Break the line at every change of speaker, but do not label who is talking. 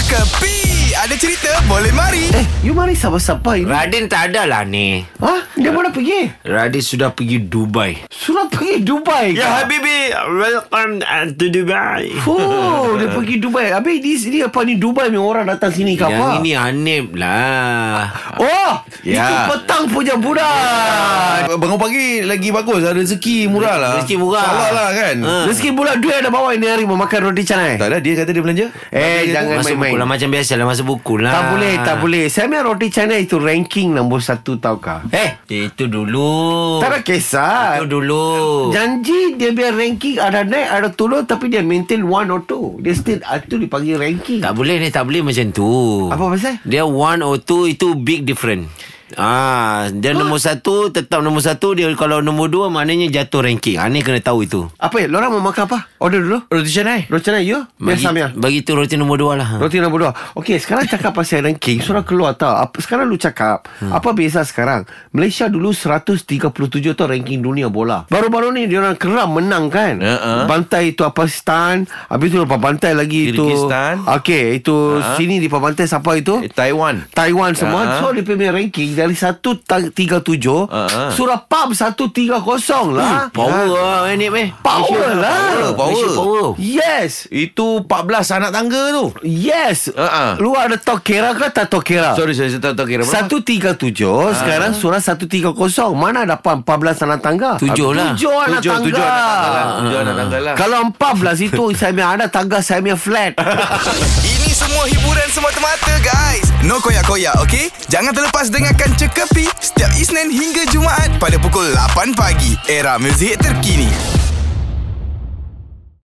Kepi Ada cerita boleh mari
Eh, you mari sabar-sabar you.
Radin tak ada lah ni.
Ha? Dia mana pergi?
Radin sudah pergi Dubai.
Surat pergi Dubai. ke?
Ya, Habibi, welcome to Dubai.
Oh, dia pergi Dubai. Habis ni, ni apa ni Dubai ni orang datang sini ke
Yang
apa?
ini Hanif lah.
Oh,
Ya.
itu petang punya budak.
Ah, Bangun pagi lagi bagus Ada rezeki murah lah
Rezeki murah.
Salah lah kan
Ha.
Rezeki bulan duit ada bawa ini hari memakan roti canai.
Tak lah dia kata dia belanja
Eh,
Tapi dia
jangan
tu-
Masuk
main-main.
buku lah macam biasa lah. Masuk buku lah.
Tak boleh, tak boleh. Saya punya roti canai itu ranking nombor satu tau kah?
Eh, itu dulu.
Tak ada
Itu
kisah.
dulu.
Janji dia biar ranking ada naik ada turun tapi dia maintain one or two. Dia still ah, itu dipanggil ranking.
Tak boleh ni, tak boleh macam tu.
Apa pasal?
Dia one or two itu big different. Ah, dia nombor satu tetap nombor satu dia kalau nombor dua maknanya jatuh ranking. Ah, ni kena tahu itu.
Apa ya? Lorang mau makan apa? Order dulu.
Roti canai
Roti canai you? Ya? Biar
Bagi,
Samir.
bagi tu roti nombor dua lah.
Roti nombor dua Okey sekarang cakap pasal ranking Surah keluar tau apa, Sekarang lu cakap hmm. Apa beza sekarang Malaysia dulu 137 tau ranking dunia bola Baru-baru ni dia orang keram menang kan
Ya, ah.
Bantai tu apa Stan Habis tu lepas bantai lagi tu
Kyrgyzstan.
Okey itu
Ah.
Sini di bantai siapa itu
Eh, Taiwan
Taiwan semua
Ah.
So dia punya ranking Dari 137
Ah.
Surah PAP 130 lah
Power lah eh, Nip eh.
Power lah
power, power.
Malaysia power.
Yes
Itu 14 anak tangga tu
Yes
Ah, ah.
Lu ada tokera ke tak tokera
Sorry Ha. sorry Saya tak tahu kira berapa
137 Sekarang surah 130 Mana ada 14 anak tangga
Tujuh lah.
7 anak
Tujuh,
tangga
tujuh
Ha.
anak tangga lah Tujuh anak tangga lah
Kalau 14 itu Saya punya anak tangga Saya punya flat
Ini semua
hiburan semata-mata guys No koyak-koyak ok Jangan terlepas dengarkan Cekapi Setiap Isnin hingga Jumaat Pada pukul 8 pagi Era muzik terkini